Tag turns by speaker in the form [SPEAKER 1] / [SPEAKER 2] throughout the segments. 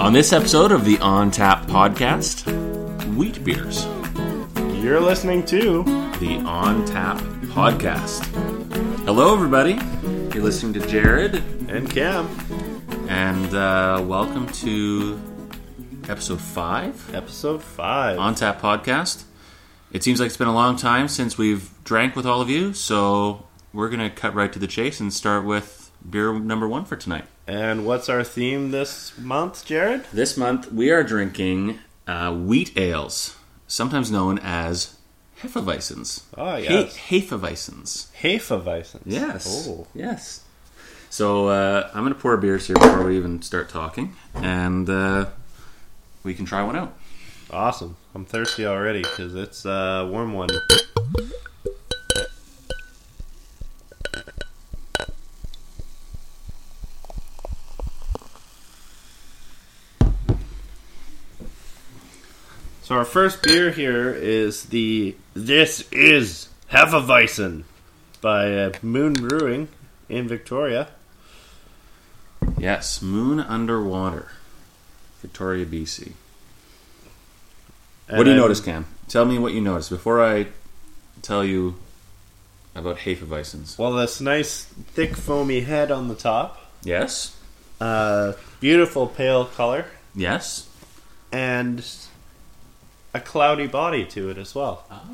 [SPEAKER 1] On this episode of the On Tap podcast, wheat beers.
[SPEAKER 2] You're listening to
[SPEAKER 1] The On Tap podcast. Hello, everybody. You're listening to Jared,
[SPEAKER 2] and Cam
[SPEAKER 1] and uh, welcome to episode five
[SPEAKER 2] episode five.
[SPEAKER 1] On Tap podcast. It seems like it's been a long time since we've drank with all of you, so we're gonna cut right to the chase and start with beer number one for tonight.
[SPEAKER 2] and what's our theme this month, Jared?
[SPEAKER 1] This month we are drinking uh, wheat ales, sometimes known as hefeweizens.
[SPEAKER 2] Oh, yes.
[SPEAKER 1] He- hefeweizens.
[SPEAKER 2] Hefeweizen.
[SPEAKER 1] Yes.
[SPEAKER 2] Oh.
[SPEAKER 1] Yes. So uh, I'm going to pour beers here before we even start talking, and uh, we can try one out.
[SPEAKER 2] Awesome. I'm thirsty already because it's a warm one. So our first beer here is the This Is Hefeweizen by uh, Moon Brewing in Victoria.
[SPEAKER 1] Yes, Moon Underwater, Victoria, BC. what
[SPEAKER 2] And
[SPEAKER 1] do you
[SPEAKER 2] I'm-
[SPEAKER 1] notice, Cam? Tell me what you notice before I tell you about hefeweizens.
[SPEAKER 2] Well, this nice thick foamy head on the top.
[SPEAKER 1] Yes.
[SPEAKER 2] Uh, beautiful pale color
[SPEAKER 1] Yes.
[SPEAKER 2] and a cloudy body to it as well.
[SPEAKER 1] Ah,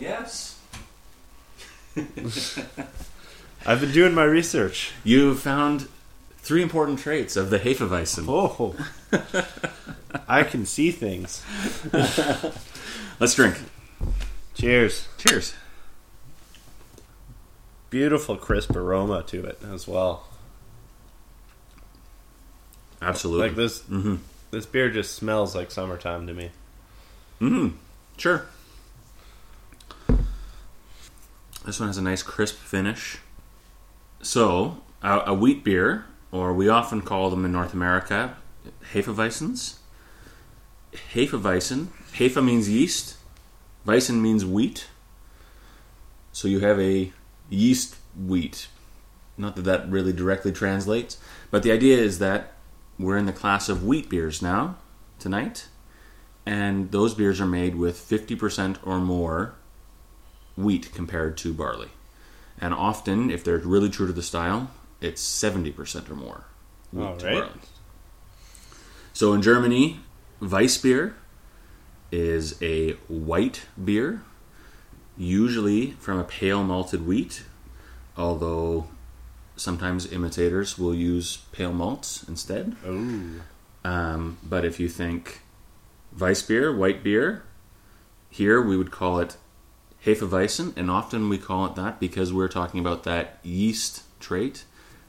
[SPEAKER 1] yes.
[SPEAKER 2] I've been doing my research.
[SPEAKER 1] You've found three important traits of the hefeweizen.
[SPEAKER 2] Oh, I can see things.
[SPEAKER 1] Let's drink.
[SPEAKER 2] Cheers.
[SPEAKER 1] Cheers.
[SPEAKER 2] Beautiful crisp aroma to it as well.
[SPEAKER 1] Absolutely.
[SPEAKER 2] Like this,
[SPEAKER 1] Mhm.
[SPEAKER 2] this beer just smells like summertime to me.
[SPEAKER 1] Mm, sure. This one has a nice crisp finish. So, a, a wheat beer, or we often call them in North America, Hefeweizens. Hefeweizen. Hefe means yeast. Weizen means wheat. So you have a yeast wheat. Not that that really directly translates, but the idea is that we're in the class of wheat beers now, tonight and those beers are made with 50% or more wheat compared to barley. And often, if they're really true to the style, it's 70% or more wheat
[SPEAKER 2] All
[SPEAKER 1] to
[SPEAKER 2] right.
[SPEAKER 1] barley. So in Germany, Weissbier is a white beer, usually from a pale malted wheat, although sometimes imitators will use pale malts instead.
[SPEAKER 2] Ooh.
[SPEAKER 1] Um, but if you think Weissbier, white beer, here we would call it Hefeweizen, and often we call it that because we're talking about that yeast trait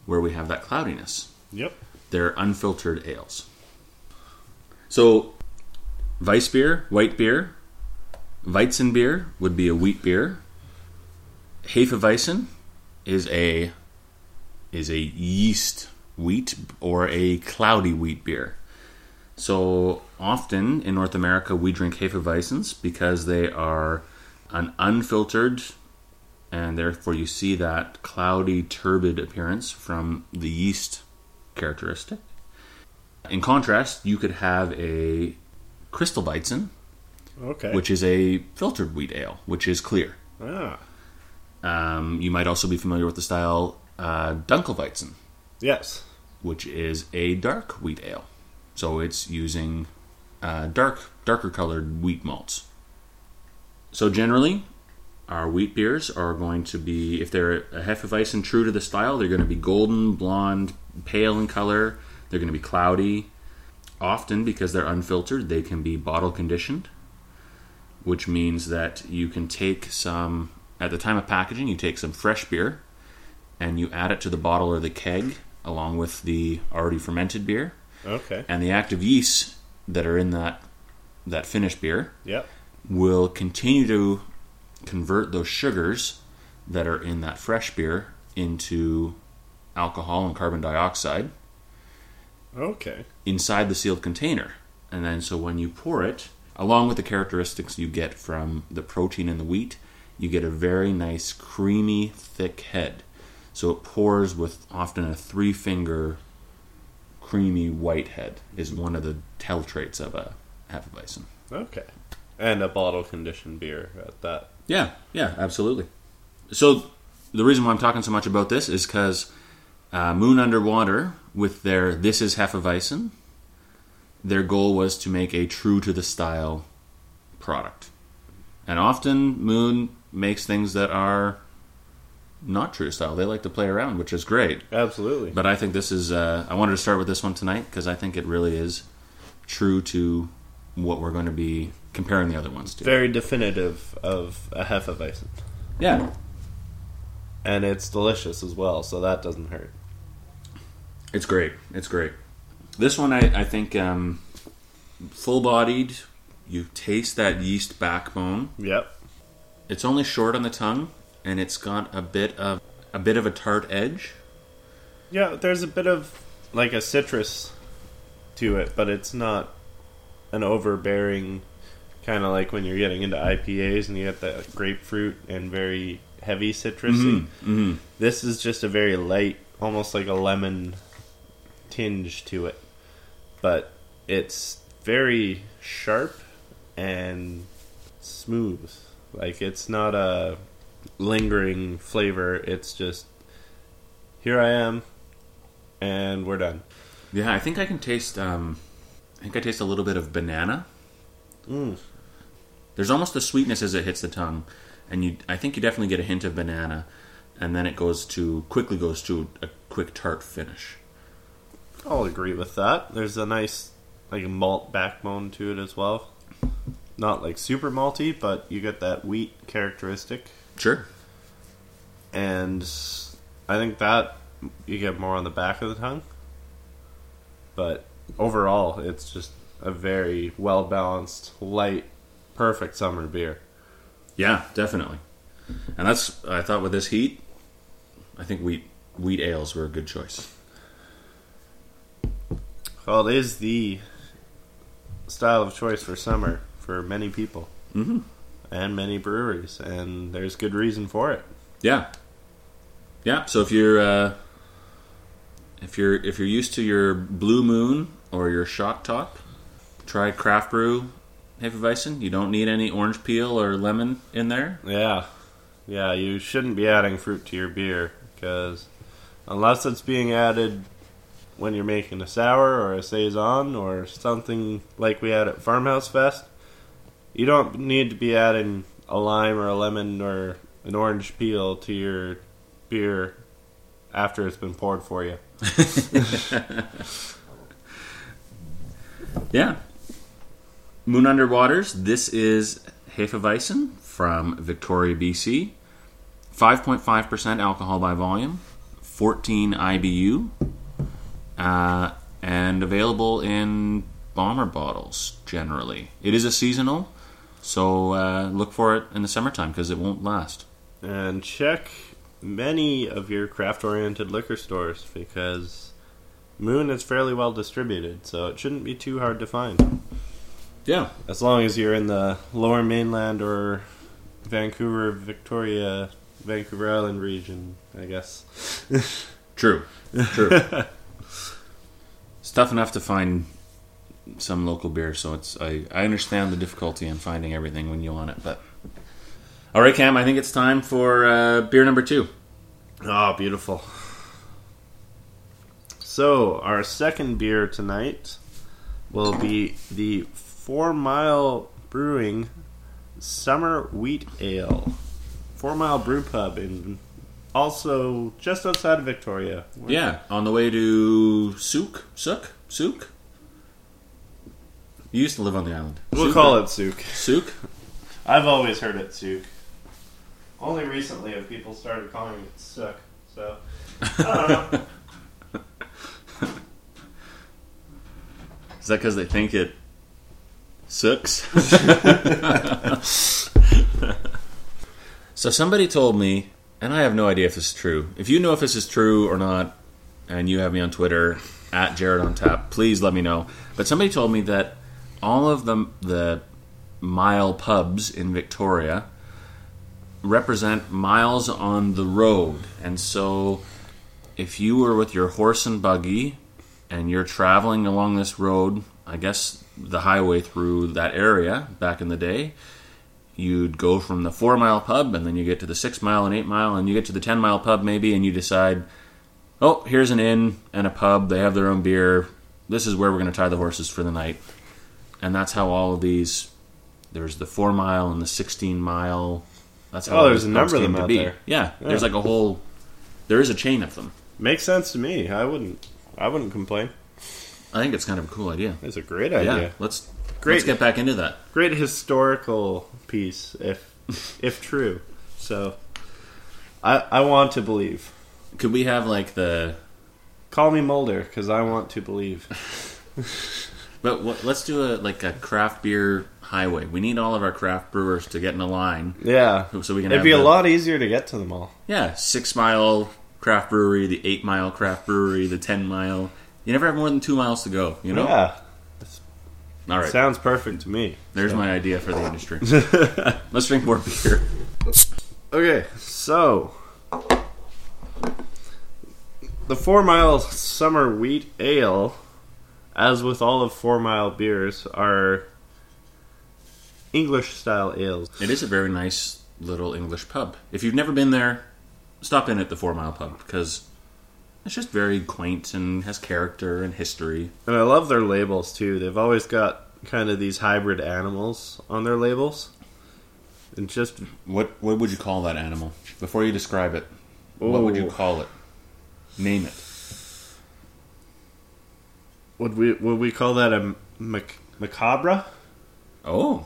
[SPEAKER 1] where we have that cloudiness.
[SPEAKER 2] Yep.
[SPEAKER 1] They're unfiltered ales. So, Weissbier, white beer, Weizenbier would be a wheat beer. Hefeweizen is a is a yeast wheat or a cloudy wheat beer. So often in North America we drink Hefeweizens because they are an unfiltered and therefore you see that cloudy turbid appearance from the yeast characteristic. In contrast, you could have a Kristallweizen,
[SPEAKER 2] Okay.
[SPEAKER 1] which is a filtered wheat ale, which is clear.
[SPEAKER 2] ah.
[SPEAKER 1] Um, you might also be familiar with the style uh, Dunkelweizen,
[SPEAKER 2] Yes.
[SPEAKER 1] which is a dark wheat ale. So it's using uh, dark, darker colored wheat malts. So generally, our wheat beers are going to be, if they're a Hefeweizen true to the style, they're going to be golden, blonde, pale in color. They're going to be cloudy. Often, because they're unfiltered, they can be bottle conditioned, which means that you can take some, at the time of packaging, you take some fresh beer and you add it to the bottle or the keg along with the already fermented beer
[SPEAKER 2] Okay.
[SPEAKER 1] and the active yeasts that are in that that finished beer
[SPEAKER 2] Yep.
[SPEAKER 1] will continue to convert those sugars that are in that fresh beer into alcohol and carbon dioxide
[SPEAKER 2] Okay.
[SPEAKER 1] inside the sealed container. And then, so when you pour it, along with the characteristics you get from the protein in the wheat, you get a very nice, creamy, thick head. So it pours with often a three finger creamy white head is one of the tell traits of a Hefeweizen.
[SPEAKER 2] Okay. And a bottle conditioned beer at that.
[SPEAKER 1] Yeah, yeah, absolutely. So the reason why I'm talking so much about this is because uh, Moon Underwater, with their "This Is Hefeweizen," their goal was to make a true to the style product, and often Moon makes things that are not true to style. They like to play around, which is great.
[SPEAKER 2] Absolutely.
[SPEAKER 1] But I think this is. Uh, I wanted to start with this one tonight because I think it really is true to what we're going to be comparing the other ones to.
[SPEAKER 2] Very definitive of a Hefeweizen.
[SPEAKER 1] Yeah,
[SPEAKER 2] And it's delicious as well, so that doesn't hurt.
[SPEAKER 1] It's great. It's great. This one, I, I think, um, full bodied. You taste that yeast backbone.
[SPEAKER 2] Yep.
[SPEAKER 1] It's only short on the tongue, and it's got a bit of a bit of a tart edge.
[SPEAKER 2] Yeah, there's a bit of like a citrus to it, but it's not an overbearing kind of like when you're getting into IPAs and you get that grapefruit and very heavy citrusy. This is just a very light, almost like a lemon tinge to it, but it's very sharp and smooth. Like it's not a lingering flavor. It's just here I am, and we're done.
[SPEAKER 1] Yeah, I think I can taste. Um, I think I taste a little bit of banana.
[SPEAKER 2] Mm.
[SPEAKER 1] There's almost a sweetness as it hits the tongue, and you. I think you definitely get a hint of banana, and then it goes to quickly goes to a quick tart finish.
[SPEAKER 2] I'll agree with that. There's a nice like malt backbone to it as well. Not like super malty, but you get that wheat characteristic,
[SPEAKER 1] Sure.
[SPEAKER 2] and I think that you get more on the back of the tongue. But overall, it's just a very well balanced, light, perfect summer beer.
[SPEAKER 1] Yeah, definitely. And that's I thought with this heat, I think wheat wheat ales were a good choice.
[SPEAKER 2] Well, it is the style of choice for summer for many people
[SPEAKER 1] Mhm.
[SPEAKER 2] and many breweries, and there's good reason for it.
[SPEAKER 1] Yeah, yeah. So if you're uh, if you're if you're used to your Blue Moon or your Shock Top, try craft brew Hefeweizen. You don't need any orange peel or lemon in there.
[SPEAKER 2] Yeah, yeah. You shouldn't be adding fruit to your beer because unless it's being added when you're making a sour or a saison or something like we had at Farmhouse Fest, you don't need to be adding a lime or a lemon or an orange peel to your beer after it's been poured for you.
[SPEAKER 1] Yeah. Moon Under Waters. This is Hefeweizen from Victoria, BC. 5.5% alcohol by volume, 14 IBU, uh, and available in bomber bottles generally. It is a seasonal, so uh, look for it in the summertime because it won't last.
[SPEAKER 2] and check many of your craft oriented liquor stores because Moon is fairly well distributed, so it shouldn't be too hard to find.
[SPEAKER 1] Yeah.
[SPEAKER 2] As long as you're in the lower mainland or Vancouver, Victoria, Vancouver Island region, I guess.
[SPEAKER 1] True. True. it's tough enough to find some local beer, so it's I, I understand the difficulty in finding everything when you want it, but all right, Cam. I think it's time for uh, beer number two.
[SPEAKER 2] Ah, beautiful. So, our second beer tonight will be the Four Mile Brewing Summer Wheat Ale. Four Mile Brew Pub in also just outside of Victoria. Where-
[SPEAKER 1] Yeah, on the way to Souk, Souk, Souk. You used to live on the island.
[SPEAKER 2] We'll call it Souk.
[SPEAKER 1] Souk.
[SPEAKER 2] I've always heard it Souk. Only recently have people started calling it Sook. So, I don't know.
[SPEAKER 1] Is that because they think it sucks? so somebody told me, and I have no idea if this is true. If you know if this is true or not, and you have me on Twitter at Jared on Tap, please let me know. But somebody told me that all of the the mile pubs in Victoria represent miles on the road, and so if you were with your horse and buggy and you're traveling along this road, I guess the highway through that area back in the day, you'd go from the four mile pub and then you get to the six mile and eight mile and you get to the ten mile pub maybe and you decide, oh, here's an inn and a pub. They have their own beer. This is where we're going to tie the horses for the night. And that's how all of these. There's the four mile and the sixteen mile. That's how
[SPEAKER 2] Oh,
[SPEAKER 1] all
[SPEAKER 2] there's
[SPEAKER 1] these
[SPEAKER 2] a
[SPEAKER 1] pubs
[SPEAKER 2] number of
[SPEAKER 1] came
[SPEAKER 2] them
[SPEAKER 1] to
[SPEAKER 2] out
[SPEAKER 1] be.
[SPEAKER 2] there.
[SPEAKER 1] Yeah, there's
[SPEAKER 2] Yeah.
[SPEAKER 1] like a whole. There is a chain of them.
[SPEAKER 2] Makes sense to me. I wouldn't. I wouldn't complain.
[SPEAKER 1] I think it's kind of a cool idea.
[SPEAKER 2] It's a great
[SPEAKER 1] Yeah,
[SPEAKER 2] idea.
[SPEAKER 1] let's
[SPEAKER 2] Great.
[SPEAKER 1] let's get back into that.
[SPEAKER 2] Great historical piece, if if true. So, I I want to believe.
[SPEAKER 1] Could we have like the
[SPEAKER 2] Call me Mulder, because I want to believe.
[SPEAKER 1] but what, let's do a like a craft beer highway. We need all of our craft brewers to get in a line
[SPEAKER 2] Yeah,
[SPEAKER 1] so we can.
[SPEAKER 2] it'd
[SPEAKER 1] have
[SPEAKER 2] be a
[SPEAKER 1] the-
[SPEAKER 2] lot easier to get to them all.
[SPEAKER 1] Yeah, six mile craft brewery, the eight mile craft brewery, the ten mile. You never have more than two miles to go. You know.
[SPEAKER 2] Yeah,
[SPEAKER 1] All right.
[SPEAKER 2] sounds perfect to me.
[SPEAKER 1] There's my idea for the industry. let's drink more beer.
[SPEAKER 2] Okay, so the four mile summer wheat ale, as with all of four mile beers, are English style ales.
[SPEAKER 1] It is a very nice little English pub. If you've never been there, stop in at the Four Mile Pub because it's just very quaint and has character and history.
[SPEAKER 2] And I love their labels too. They've always got kind of these hybrid animals on their labels. And just
[SPEAKER 1] What what would you call that animal? Before you describe it, what would you
[SPEAKER 2] Ooh.
[SPEAKER 1] call it? Name it.
[SPEAKER 2] would we would we call that a mac- macabre?
[SPEAKER 1] Oh.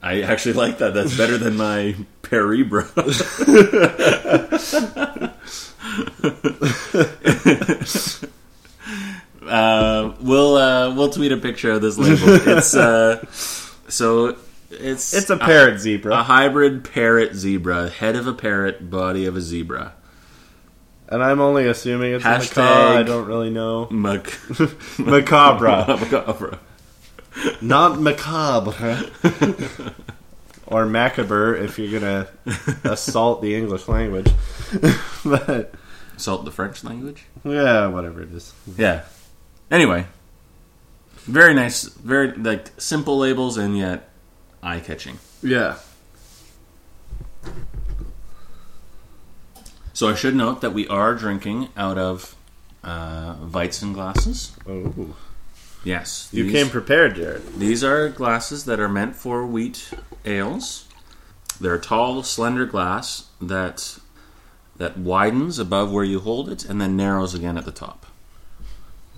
[SPEAKER 1] I actually like that. That's better than my Peribra. uh, we'll uh, we'll tweet a picture of this label. It's uh, so it's
[SPEAKER 2] It's a parrot zebra.
[SPEAKER 1] a hybrid parrot zebra, head of a parrot, body of a zebra.
[SPEAKER 2] and I'm only assuming it's a macabre.
[SPEAKER 1] Hashtag-
[SPEAKER 2] I don't really know.
[SPEAKER 1] Mac-
[SPEAKER 2] Macabre.
[SPEAKER 1] Macabre.
[SPEAKER 2] Not macabre. or macabre if you're gonna assault the English language. but
[SPEAKER 1] Salt the French language.
[SPEAKER 2] yeah, whatever it is.
[SPEAKER 1] Yeah. Anyway, very nice, very like simple labels and yet eye catching.
[SPEAKER 2] Yeah.
[SPEAKER 1] So I should note that we are drinking out of uh, Weizen glasses.
[SPEAKER 2] Oh.
[SPEAKER 1] Yes,
[SPEAKER 2] You
[SPEAKER 1] these,
[SPEAKER 2] came prepared, Jared.
[SPEAKER 1] These are glasses that are meant for wheat ales. They're tall, slender glass that that widens above where you hold it and then narrows again at the top.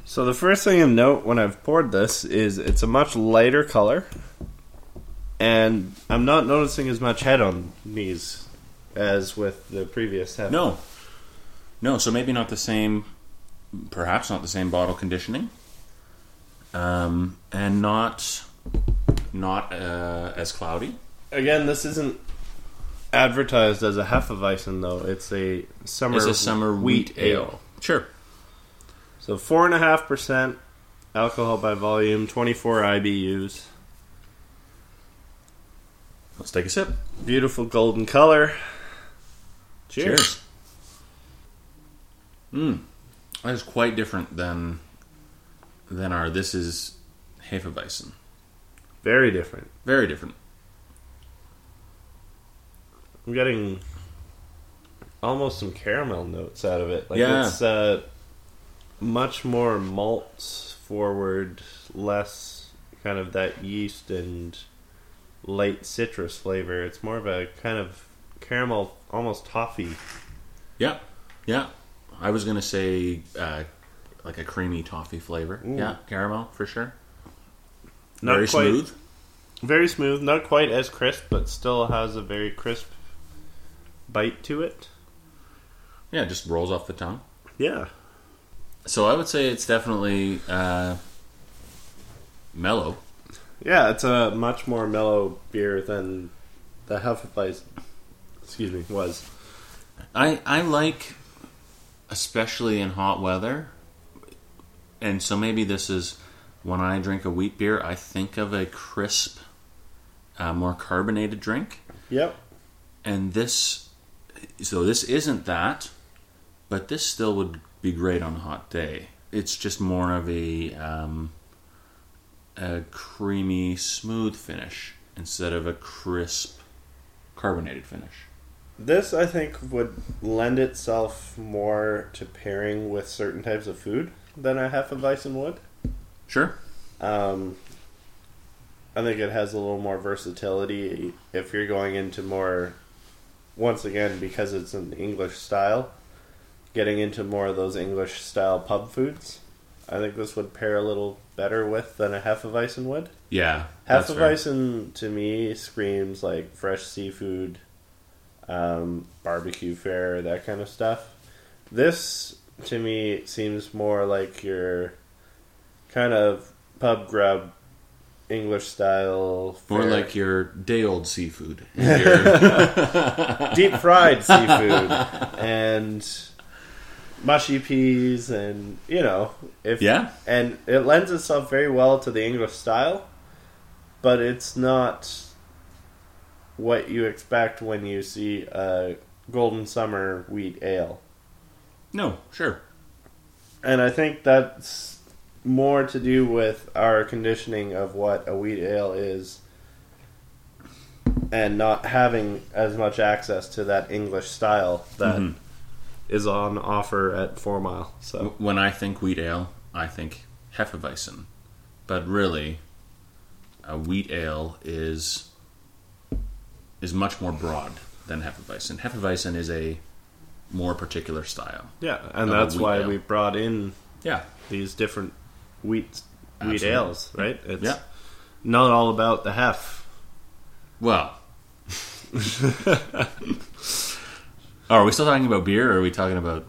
[SPEAKER 2] So the first thing to note when I've poured this is it's a much lighter color, and I'm not noticing as much head on these as with the previous head.
[SPEAKER 1] No. No, so maybe not the same, perhaps not the same bottle conditioning, um, and not not uh, as cloudy.
[SPEAKER 2] Again, this isn't advertised as a hefeweizen though. It's a summer
[SPEAKER 1] It's a summer wheat, ale. Sure.
[SPEAKER 2] So four and a half percent alcohol by volume, twenty four IBUs.
[SPEAKER 1] Let's take a sip.
[SPEAKER 2] Beautiful golden color. Cheers.
[SPEAKER 1] Mm. That is quite different than than our this is Hefeweizen.
[SPEAKER 2] Very different.
[SPEAKER 1] Very different.
[SPEAKER 2] I'm getting almost some caramel notes out of it. Like
[SPEAKER 1] Yeah.
[SPEAKER 2] it's uh, much more malt forward, less kind of that yeast and light citrus flavor. It's more of a kind of caramel, almost toffee.
[SPEAKER 1] Yeah. Yeah. I was gonna say uh, like a creamy toffee flavor.
[SPEAKER 2] Ooh.
[SPEAKER 1] Yeah, caramel for sure.
[SPEAKER 2] Not
[SPEAKER 1] Very
[SPEAKER 2] quite,
[SPEAKER 1] smooth.
[SPEAKER 2] Very smooth. Not quite as crisp, but still has a very crisp bite to it.
[SPEAKER 1] Yeah, it just rolls off the tongue.
[SPEAKER 2] Yeah.
[SPEAKER 1] So I would say it's definitely uh, mellow.
[SPEAKER 2] Yeah, it's a much more mellow beer than the Hefeweizen, excuse me, was.
[SPEAKER 1] I I like, especially in hot weather, and so maybe this is when I drink a wheat beer. I think of a crisp, uh, more carbonated drink,
[SPEAKER 2] Yep.
[SPEAKER 1] and this. So this isn't that, but this still would be great on a hot day. it's just more of a um, a creamy, smooth finish instead of a crisp, carbonated finish.
[SPEAKER 2] This, I think, would lend itself more to pairing with certain types of food than a Hefeweizen would.
[SPEAKER 1] Sure.
[SPEAKER 2] Um, I think it has a little more versatility if you're going into more, once again, because it's an English style, getting into more of those English style pub foods. I think this would pair a little better with than a Hefeweizen would.
[SPEAKER 1] Yeah. that's fair.
[SPEAKER 2] Hefeweizen to me screams like fresh seafood, um, barbecue fare, that kind of stuff. This to me seems more like your kind of pub grub, English style,
[SPEAKER 1] More
[SPEAKER 2] fare.
[SPEAKER 1] like your day old seafood. and your-
[SPEAKER 2] deep fried seafood and mushy peas, and you know if
[SPEAKER 1] yeah.
[SPEAKER 2] and it lends itself very well to the English style, but it's not what you expect when you see a golden summer wheat ale.
[SPEAKER 1] No, sure.
[SPEAKER 2] And I think that's more to do with our conditioning of what a wheat ale is and not having as much access to that English style that is
[SPEAKER 1] Mhm.
[SPEAKER 2] on offer at 4 Mile. So
[SPEAKER 1] When I think wheat ale, I think Hefeweizen. But really, a wheat ale is is much more broad than Hefeweizen. Hefeweizen is a more particular style.
[SPEAKER 2] yeah, and
[SPEAKER 1] Another
[SPEAKER 2] that's
[SPEAKER 1] wheat
[SPEAKER 2] why
[SPEAKER 1] ale.
[SPEAKER 2] we brought in
[SPEAKER 1] Yeah.
[SPEAKER 2] these different wheat wheat
[SPEAKER 1] Absolutely.
[SPEAKER 2] ales, right? It's
[SPEAKER 1] Yeah.
[SPEAKER 2] not all about the hef.
[SPEAKER 1] Well. oh, are we still talking about beer or are we talking about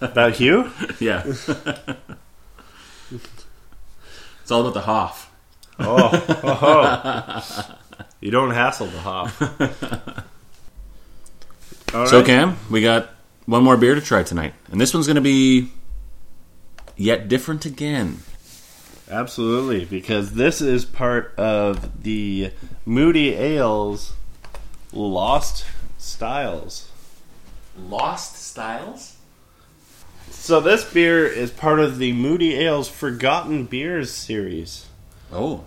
[SPEAKER 2] About Hugh?
[SPEAKER 1] Yeah. it's all about the Hoff.
[SPEAKER 2] Oh, oh, ho. you don't hassle the hop. All
[SPEAKER 1] So
[SPEAKER 2] right.
[SPEAKER 1] Cam, we got one more beer to try tonight, and this one's going to be yet different again.
[SPEAKER 2] Absolutely, because this is part of the Moody Ales Lost Styles.
[SPEAKER 1] Lost Styles.
[SPEAKER 2] So this beer is part of the Moody Ales Forgotten Beers series.
[SPEAKER 1] Oh,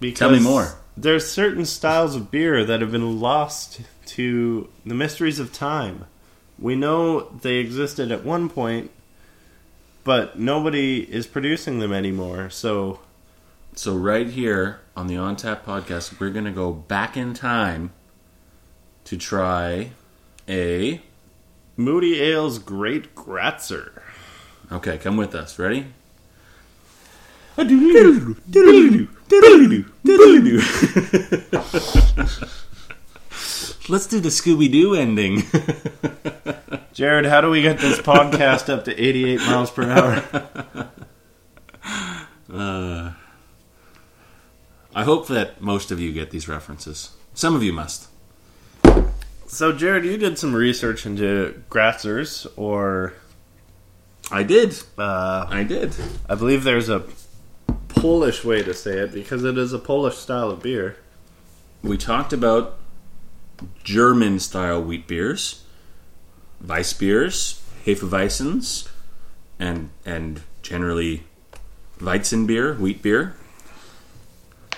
[SPEAKER 2] Because
[SPEAKER 1] Tell me more.
[SPEAKER 2] There's certain styles of beer that have been lost to the mysteries of time. We know they existed at one point, but nobody is producing them anymore. So
[SPEAKER 1] so right here on the On Tap podcast, we're going to go back in time to try a.
[SPEAKER 2] Moody Ale's Great Gratzer.
[SPEAKER 1] Okay, come with us. Ready? Let's do the Scooby Doo ending.
[SPEAKER 2] Jared, how do we get this podcast up to 88 miles per hour?
[SPEAKER 1] I hope that most of you get these references. Some of you must.
[SPEAKER 2] So Jared, you did some research into Gratzers, or
[SPEAKER 1] I did.
[SPEAKER 2] uh,
[SPEAKER 1] I did.
[SPEAKER 2] I believe there's a Polish way to say it because it is a Polish style of beer.
[SPEAKER 1] We talked about German style wheat beers, Weiss beers, Hefeweizens, and and generally Weizen beer, wheat beer.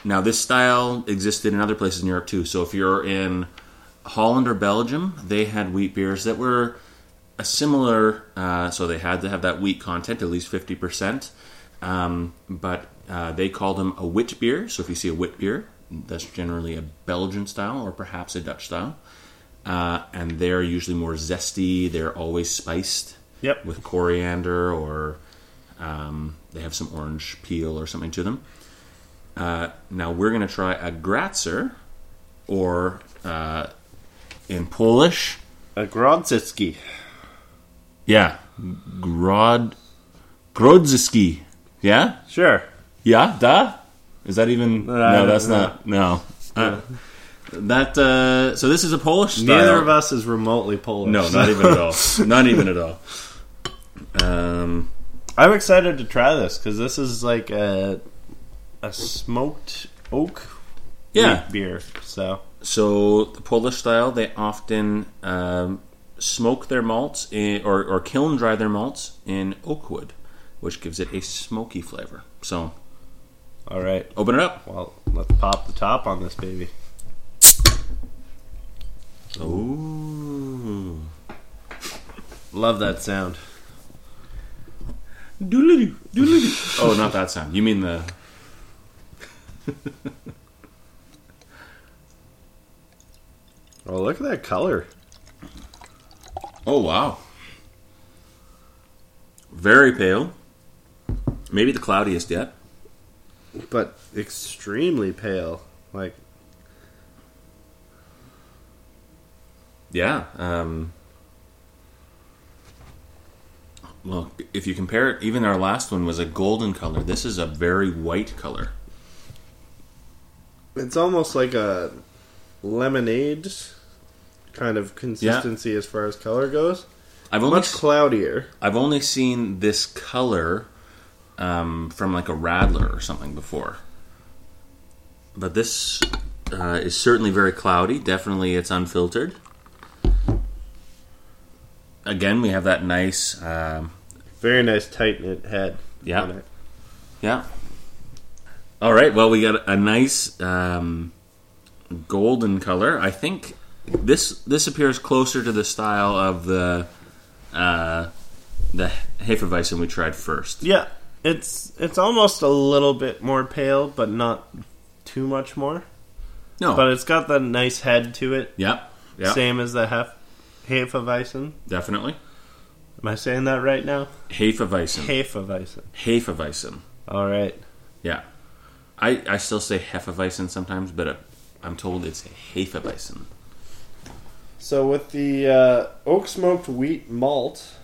[SPEAKER 1] Now this style existed in other places in Europe too. So if you're in Holland or Belgium, they had wheat beers that were a similar. Uh, so they had to have that wheat content, at least fifty percent. Um, but uh, they call them a wit beer. So if you see a wit beer, that's generally a Belgian style or perhaps a Dutch style. Uh, and they're usually more zesty. They're always spiced
[SPEAKER 2] Yep.
[SPEAKER 1] with coriander or um, they have some orange peel or something to them. Uh, now we're going to try a Gratzer or uh, in Polish.
[SPEAKER 2] A Grodziski.
[SPEAKER 1] Yeah. Grod Grodziski. Yeah?
[SPEAKER 2] Sure.
[SPEAKER 1] Yeah, da? Is that even No,
[SPEAKER 2] Uh, I
[SPEAKER 1] that's
[SPEAKER 2] don't know.
[SPEAKER 1] not. No. Uh, that uh so this is a Polish style.
[SPEAKER 2] Neither of us is remotely Polish.
[SPEAKER 1] No, not even at all. Not even at all. Um
[SPEAKER 2] I'm excited to try this because this is like a a smoked oak
[SPEAKER 1] yeah.
[SPEAKER 2] wheat beer. So
[SPEAKER 1] So the Polish style, they often um, smoke their malts in, or, or kiln dry their malts in oak wood, which gives it a smoky flavor. So
[SPEAKER 2] All right.
[SPEAKER 1] open it up.
[SPEAKER 2] Well, let's pop the top on this baby.
[SPEAKER 1] Ooh.
[SPEAKER 2] Love that sound.
[SPEAKER 1] Doodly doodly. oh, not that sound. You mean the
[SPEAKER 2] Oh, look at that color.
[SPEAKER 1] Oh wow. Very pale. Maybe the cloudiest yet.
[SPEAKER 2] but extremely pale. Like
[SPEAKER 1] Yeah. Um, well, if you compare it, even our last one was a golden color. This is a very white color.
[SPEAKER 2] it's almost like a lemonade kind of consistency as far as color goes.
[SPEAKER 1] I've only
[SPEAKER 2] Much cloudier.
[SPEAKER 1] I've only seen this color um, from like a radler or something before, but this uh, is certainly very cloudy. Definitely, it's unfiltered. Again, we have that nice, um,
[SPEAKER 2] Very nice tight knit head.
[SPEAKER 1] Yeah.
[SPEAKER 2] on it.
[SPEAKER 1] yeah. All right. Well, we got a nice um, golden color. I think this this appears closer to the style of the uh, the hefeweizen we tried first.
[SPEAKER 2] Yeah. It's it's almost a little bit more pale, but not too much more.
[SPEAKER 1] No,
[SPEAKER 2] But it's got the nice head to it.
[SPEAKER 1] Yeah. Yeah.
[SPEAKER 2] Same as the Hef Hefeweizen.
[SPEAKER 1] Definitely.
[SPEAKER 2] Am I saying that right now?
[SPEAKER 1] Hefeweizen.
[SPEAKER 2] Hefeweizen.
[SPEAKER 1] Hefeweizen.
[SPEAKER 2] All right.
[SPEAKER 1] Yeah. I, I still say Hefeweizen sometimes, but uh, I'm told it's Hefeweizen.
[SPEAKER 2] So with the uh, oak smoked wheat malt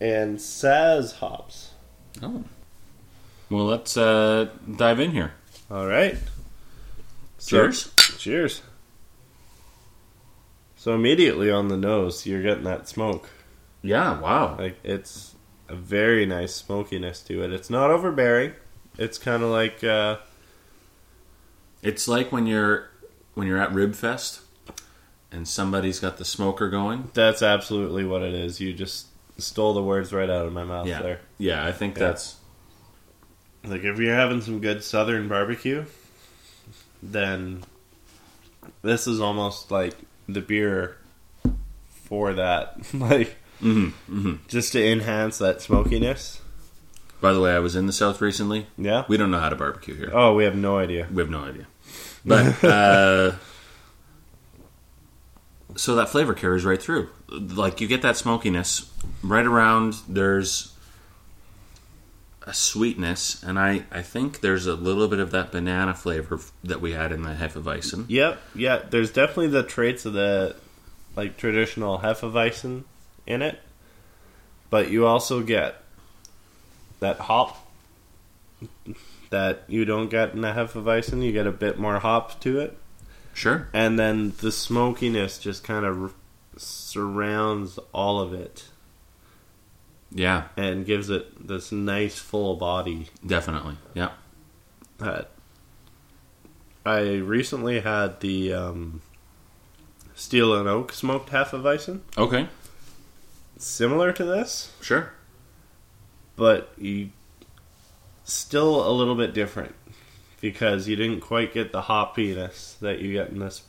[SPEAKER 2] and Saz hops.
[SPEAKER 1] Oh. Well, let's uh, dive in here.
[SPEAKER 2] All right. So-
[SPEAKER 1] Cheers.
[SPEAKER 2] cheers. So immediately on the nose, you're getting that smoke.
[SPEAKER 1] Yeah, wow.
[SPEAKER 2] Like it's a very nice smokiness to it. It's not overbearing. It's kind of like uh,
[SPEAKER 1] It's like when you're when you're at Rib Fest and somebody's got the smoker going.
[SPEAKER 2] that's absolutely what it is. You just stole the words right out of my mouth
[SPEAKER 1] Yeah.
[SPEAKER 2] there.
[SPEAKER 1] Yeah, I think
[SPEAKER 2] Yeah.
[SPEAKER 1] that's
[SPEAKER 2] Like if you're having some good southern barbecue, then this is almost like the beer for that. like
[SPEAKER 1] Mhm, mhm.
[SPEAKER 2] just to enhance that smokiness.
[SPEAKER 1] By the way, I was in the south recently.
[SPEAKER 2] Yeah.
[SPEAKER 1] We don't know how to barbecue here.
[SPEAKER 2] Oh, we have no idea.
[SPEAKER 1] We have no idea. But uh, so that flavor carries right through. Like you get that smokiness right around. There's a sweetness, and I I think there's a little bit of that banana flavor f- that we had in the hefeweizen.
[SPEAKER 2] Yep, yeah. There's definitely the traits of the like traditional hefeweizen in it, but you also get that hop that you don't get in a hefeweizen. You get a bit more hop to it.
[SPEAKER 1] Sure.
[SPEAKER 2] and then the smokiness just kind of r- surrounds all of it
[SPEAKER 1] Yeah.
[SPEAKER 2] and gives it this nice full body
[SPEAKER 1] Definitely. Yeah.
[SPEAKER 2] that I recently had the um, steel and oak smoked hefeweizen,
[SPEAKER 1] Okay.
[SPEAKER 2] similar to this,
[SPEAKER 1] Sure.
[SPEAKER 2] but you still a little bit different because you didn't quite get the hoppiness that you get in this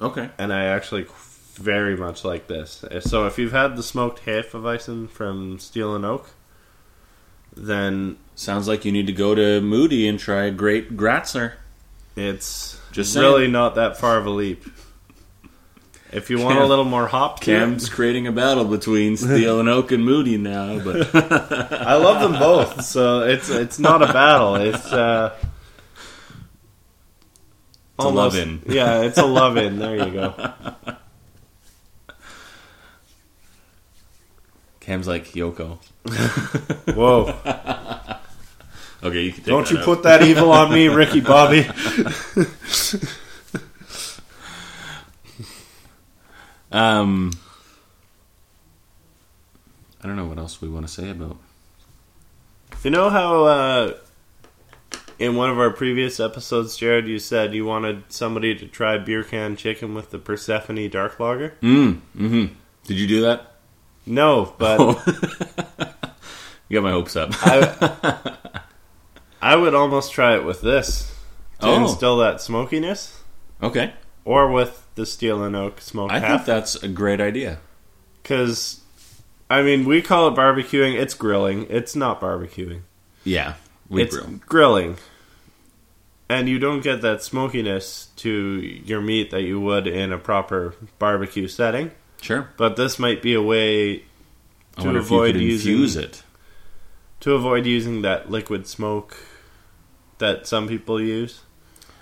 [SPEAKER 1] Okay.
[SPEAKER 2] and I actually very much like this. So if you've had the smoked Hefeweizen from Steel and Oak, then
[SPEAKER 1] Sounds like you need to go to Moody and try a great Gratzler.
[SPEAKER 2] it's
[SPEAKER 1] Just
[SPEAKER 2] just
[SPEAKER 1] saying.
[SPEAKER 2] really not that far of a leap. If you want a
[SPEAKER 1] Cam-
[SPEAKER 2] little more hop, to it-
[SPEAKER 1] Cam's creating a battle between Steel and Oak and Moody now, but
[SPEAKER 2] I love them both, so it's it's not a battle. It's uh,
[SPEAKER 1] a
[SPEAKER 2] almost-
[SPEAKER 1] love-in.
[SPEAKER 2] Yeah, it's a love in. There you go.
[SPEAKER 1] Cam's like Yoko.
[SPEAKER 2] Whoa!
[SPEAKER 1] Okay, you can take
[SPEAKER 2] Don't
[SPEAKER 1] that
[SPEAKER 2] you
[SPEAKER 1] out.
[SPEAKER 2] put that evil on me, Ricky Bobby.
[SPEAKER 1] Um, I don't know what else we want to say about.
[SPEAKER 2] You know how uh, in one of our previous episodes, Jared, you said you wanted somebody to try beer can chicken with the Persephone dark lager.
[SPEAKER 1] Mm, hmm Did you do that?
[SPEAKER 2] No, but
[SPEAKER 1] Oh. You got my hopes up.
[SPEAKER 2] I, I would almost try it with this to
[SPEAKER 1] Oh.
[SPEAKER 2] instill that smokiness,
[SPEAKER 1] okay.
[SPEAKER 2] or with the steel and oak smoke
[SPEAKER 1] I think
[SPEAKER 2] half.
[SPEAKER 1] that's a great idea.
[SPEAKER 2] Because, I mean, we call it barbecuing. It's grilling. It's not barbecuing.
[SPEAKER 1] Yeah. We
[SPEAKER 2] it's
[SPEAKER 1] grill.
[SPEAKER 2] grilling. And you don't get that smokiness to your meat that you would in a proper barbecue setting.
[SPEAKER 1] Sure.
[SPEAKER 2] But this might be a way
[SPEAKER 1] I
[SPEAKER 2] To
[SPEAKER 1] wonder
[SPEAKER 2] avoid
[SPEAKER 1] if you could
[SPEAKER 2] using-
[SPEAKER 1] infuse it.
[SPEAKER 2] to avoid using that liquid smoke that some people use.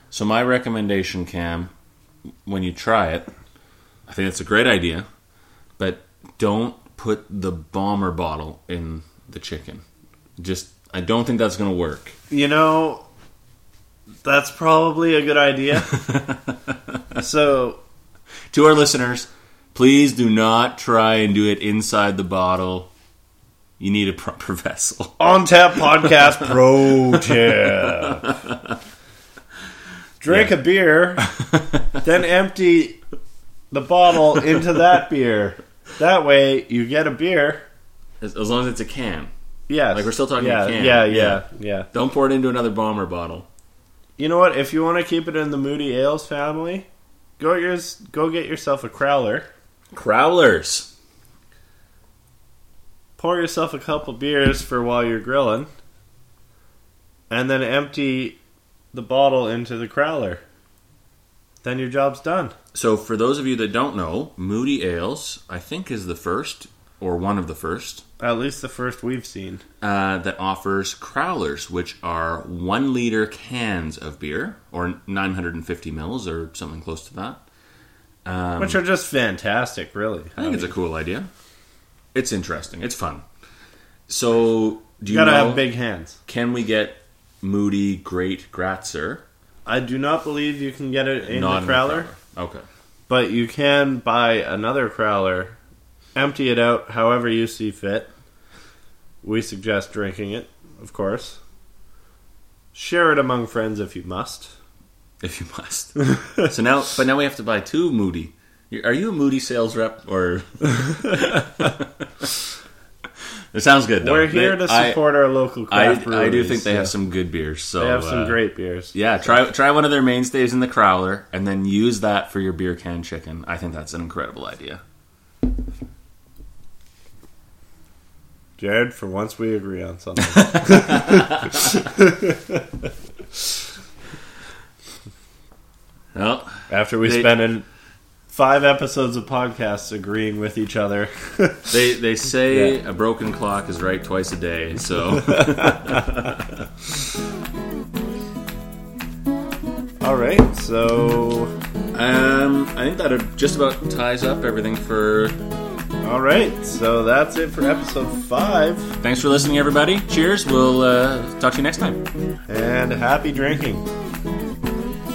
[SPEAKER 1] So my recommendation, Cam, when you try it, I think it's a great idea, but don't put the bomber bottle in the chicken. Just I don't think that's going to work.
[SPEAKER 2] You know, that's probably a good idea. so,
[SPEAKER 1] To our listeners, please do not try and do it inside the bottle. You need a proper vessel.
[SPEAKER 2] on tap podcast pro tip: drink a beer, then empty the bottle into that beer. That way, you get a beer.
[SPEAKER 1] As, as long as it's a can.
[SPEAKER 2] Yes.
[SPEAKER 1] Like, we're still talking
[SPEAKER 2] yeah,
[SPEAKER 1] can.
[SPEAKER 2] Yeah,
[SPEAKER 1] Yeah.
[SPEAKER 2] yeah, yeah.
[SPEAKER 1] Don't pour it into another bomber bottle.
[SPEAKER 2] You know what? If you want to keep it in the Moody Ales family, go get yours. Go get yourself a crowler.
[SPEAKER 1] Crowlers.
[SPEAKER 2] Pour yourself a couple beers for while you're grilling, and then empty the bottle into the crowler. Then your job's done.
[SPEAKER 1] So, for those of you that don't know, Moody Ales, I think, is the first or one of the first
[SPEAKER 2] At least the first we've seen.
[SPEAKER 1] uh, that offers crowlers, which are one liter cans of beer, or 950 mils, or something close to that. Um,
[SPEAKER 2] which are just fantastic, really. Um,
[SPEAKER 1] I think it's a cool idea. It's interesting. It's fun. So, do
[SPEAKER 2] you
[SPEAKER 1] you
[SPEAKER 2] gotta
[SPEAKER 1] know,
[SPEAKER 2] have big hands.
[SPEAKER 1] can we get Moody Great Gratzer?
[SPEAKER 2] I do not believe you can get it in
[SPEAKER 1] Not
[SPEAKER 2] the
[SPEAKER 1] in
[SPEAKER 2] crowler,
[SPEAKER 1] crowler. Okay.
[SPEAKER 2] but you can buy another crowler, empty it out however you see fit. We suggest drinking it, of course. Share it among friends if you must.
[SPEAKER 1] If you must. so now, but now we have to buy two Moody. You- Are you a Moody sales rep or? it sounds good. Though.
[SPEAKER 2] We're here
[SPEAKER 1] They-
[SPEAKER 2] to support our local
[SPEAKER 1] I,
[SPEAKER 2] craft
[SPEAKER 1] I, I do
[SPEAKER 2] breweries,
[SPEAKER 1] think they have
[SPEAKER 2] so
[SPEAKER 1] some good beers. So
[SPEAKER 2] they have
[SPEAKER 1] uh,
[SPEAKER 2] some great beers.
[SPEAKER 1] Yeah, try try one of their mainstays in the crowler, and then use that for your beer can chicken. I think that's an incredible idea.
[SPEAKER 2] Jared, for once we agree on something.
[SPEAKER 1] Well,
[SPEAKER 2] After we
[SPEAKER 1] They-
[SPEAKER 2] spend in five episodes of podcasts agreeing with each other.
[SPEAKER 1] they they say a broken clock is right twice a day. So
[SPEAKER 2] All right, so
[SPEAKER 1] um, I think that just about ties up everything for.
[SPEAKER 2] all right, so that's it for episode five,
[SPEAKER 1] Thanks for listening, everybody. Cheers. We'll uh, talk to you next time.
[SPEAKER 2] and happy drinking.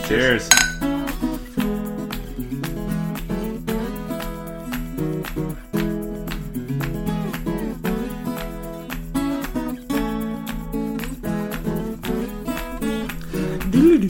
[SPEAKER 2] Cheers.
[SPEAKER 1] Doodly